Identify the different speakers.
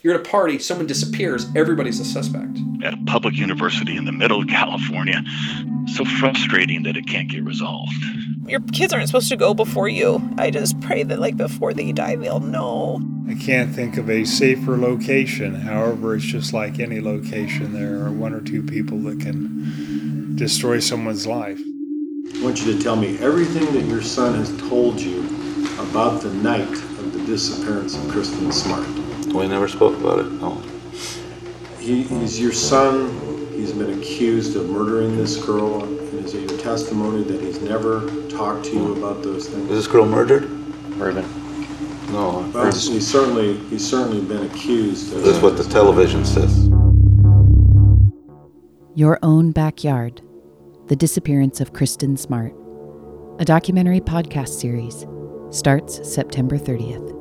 Speaker 1: You're at a party, someone disappears, everybody's a suspect.
Speaker 2: At a public university in the middle of California. So frustrating that it can't get resolved.
Speaker 3: Your kids aren't supposed to go before you. I just pray that, like, before they die, they'll know.
Speaker 4: I can't think of a safer location. However, it's just like any location, there are one or two people that can destroy someone's life.
Speaker 5: I want you to tell me everything that your son has told you about the night of the disappearance of Kristen Smart.
Speaker 6: We never spoke about it. No.
Speaker 5: He, he's your son. He's been accused of murdering this girl. And is it your testimony that he's never talked to you about those things?
Speaker 6: Was this girl murdered?
Speaker 7: Urban.
Speaker 6: No.
Speaker 5: Well, he's certainly he's certainly been accused. Of
Speaker 6: That's what the television says.
Speaker 8: Your Own Backyard The Disappearance of Kristen Smart, a documentary podcast series, starts September 30th.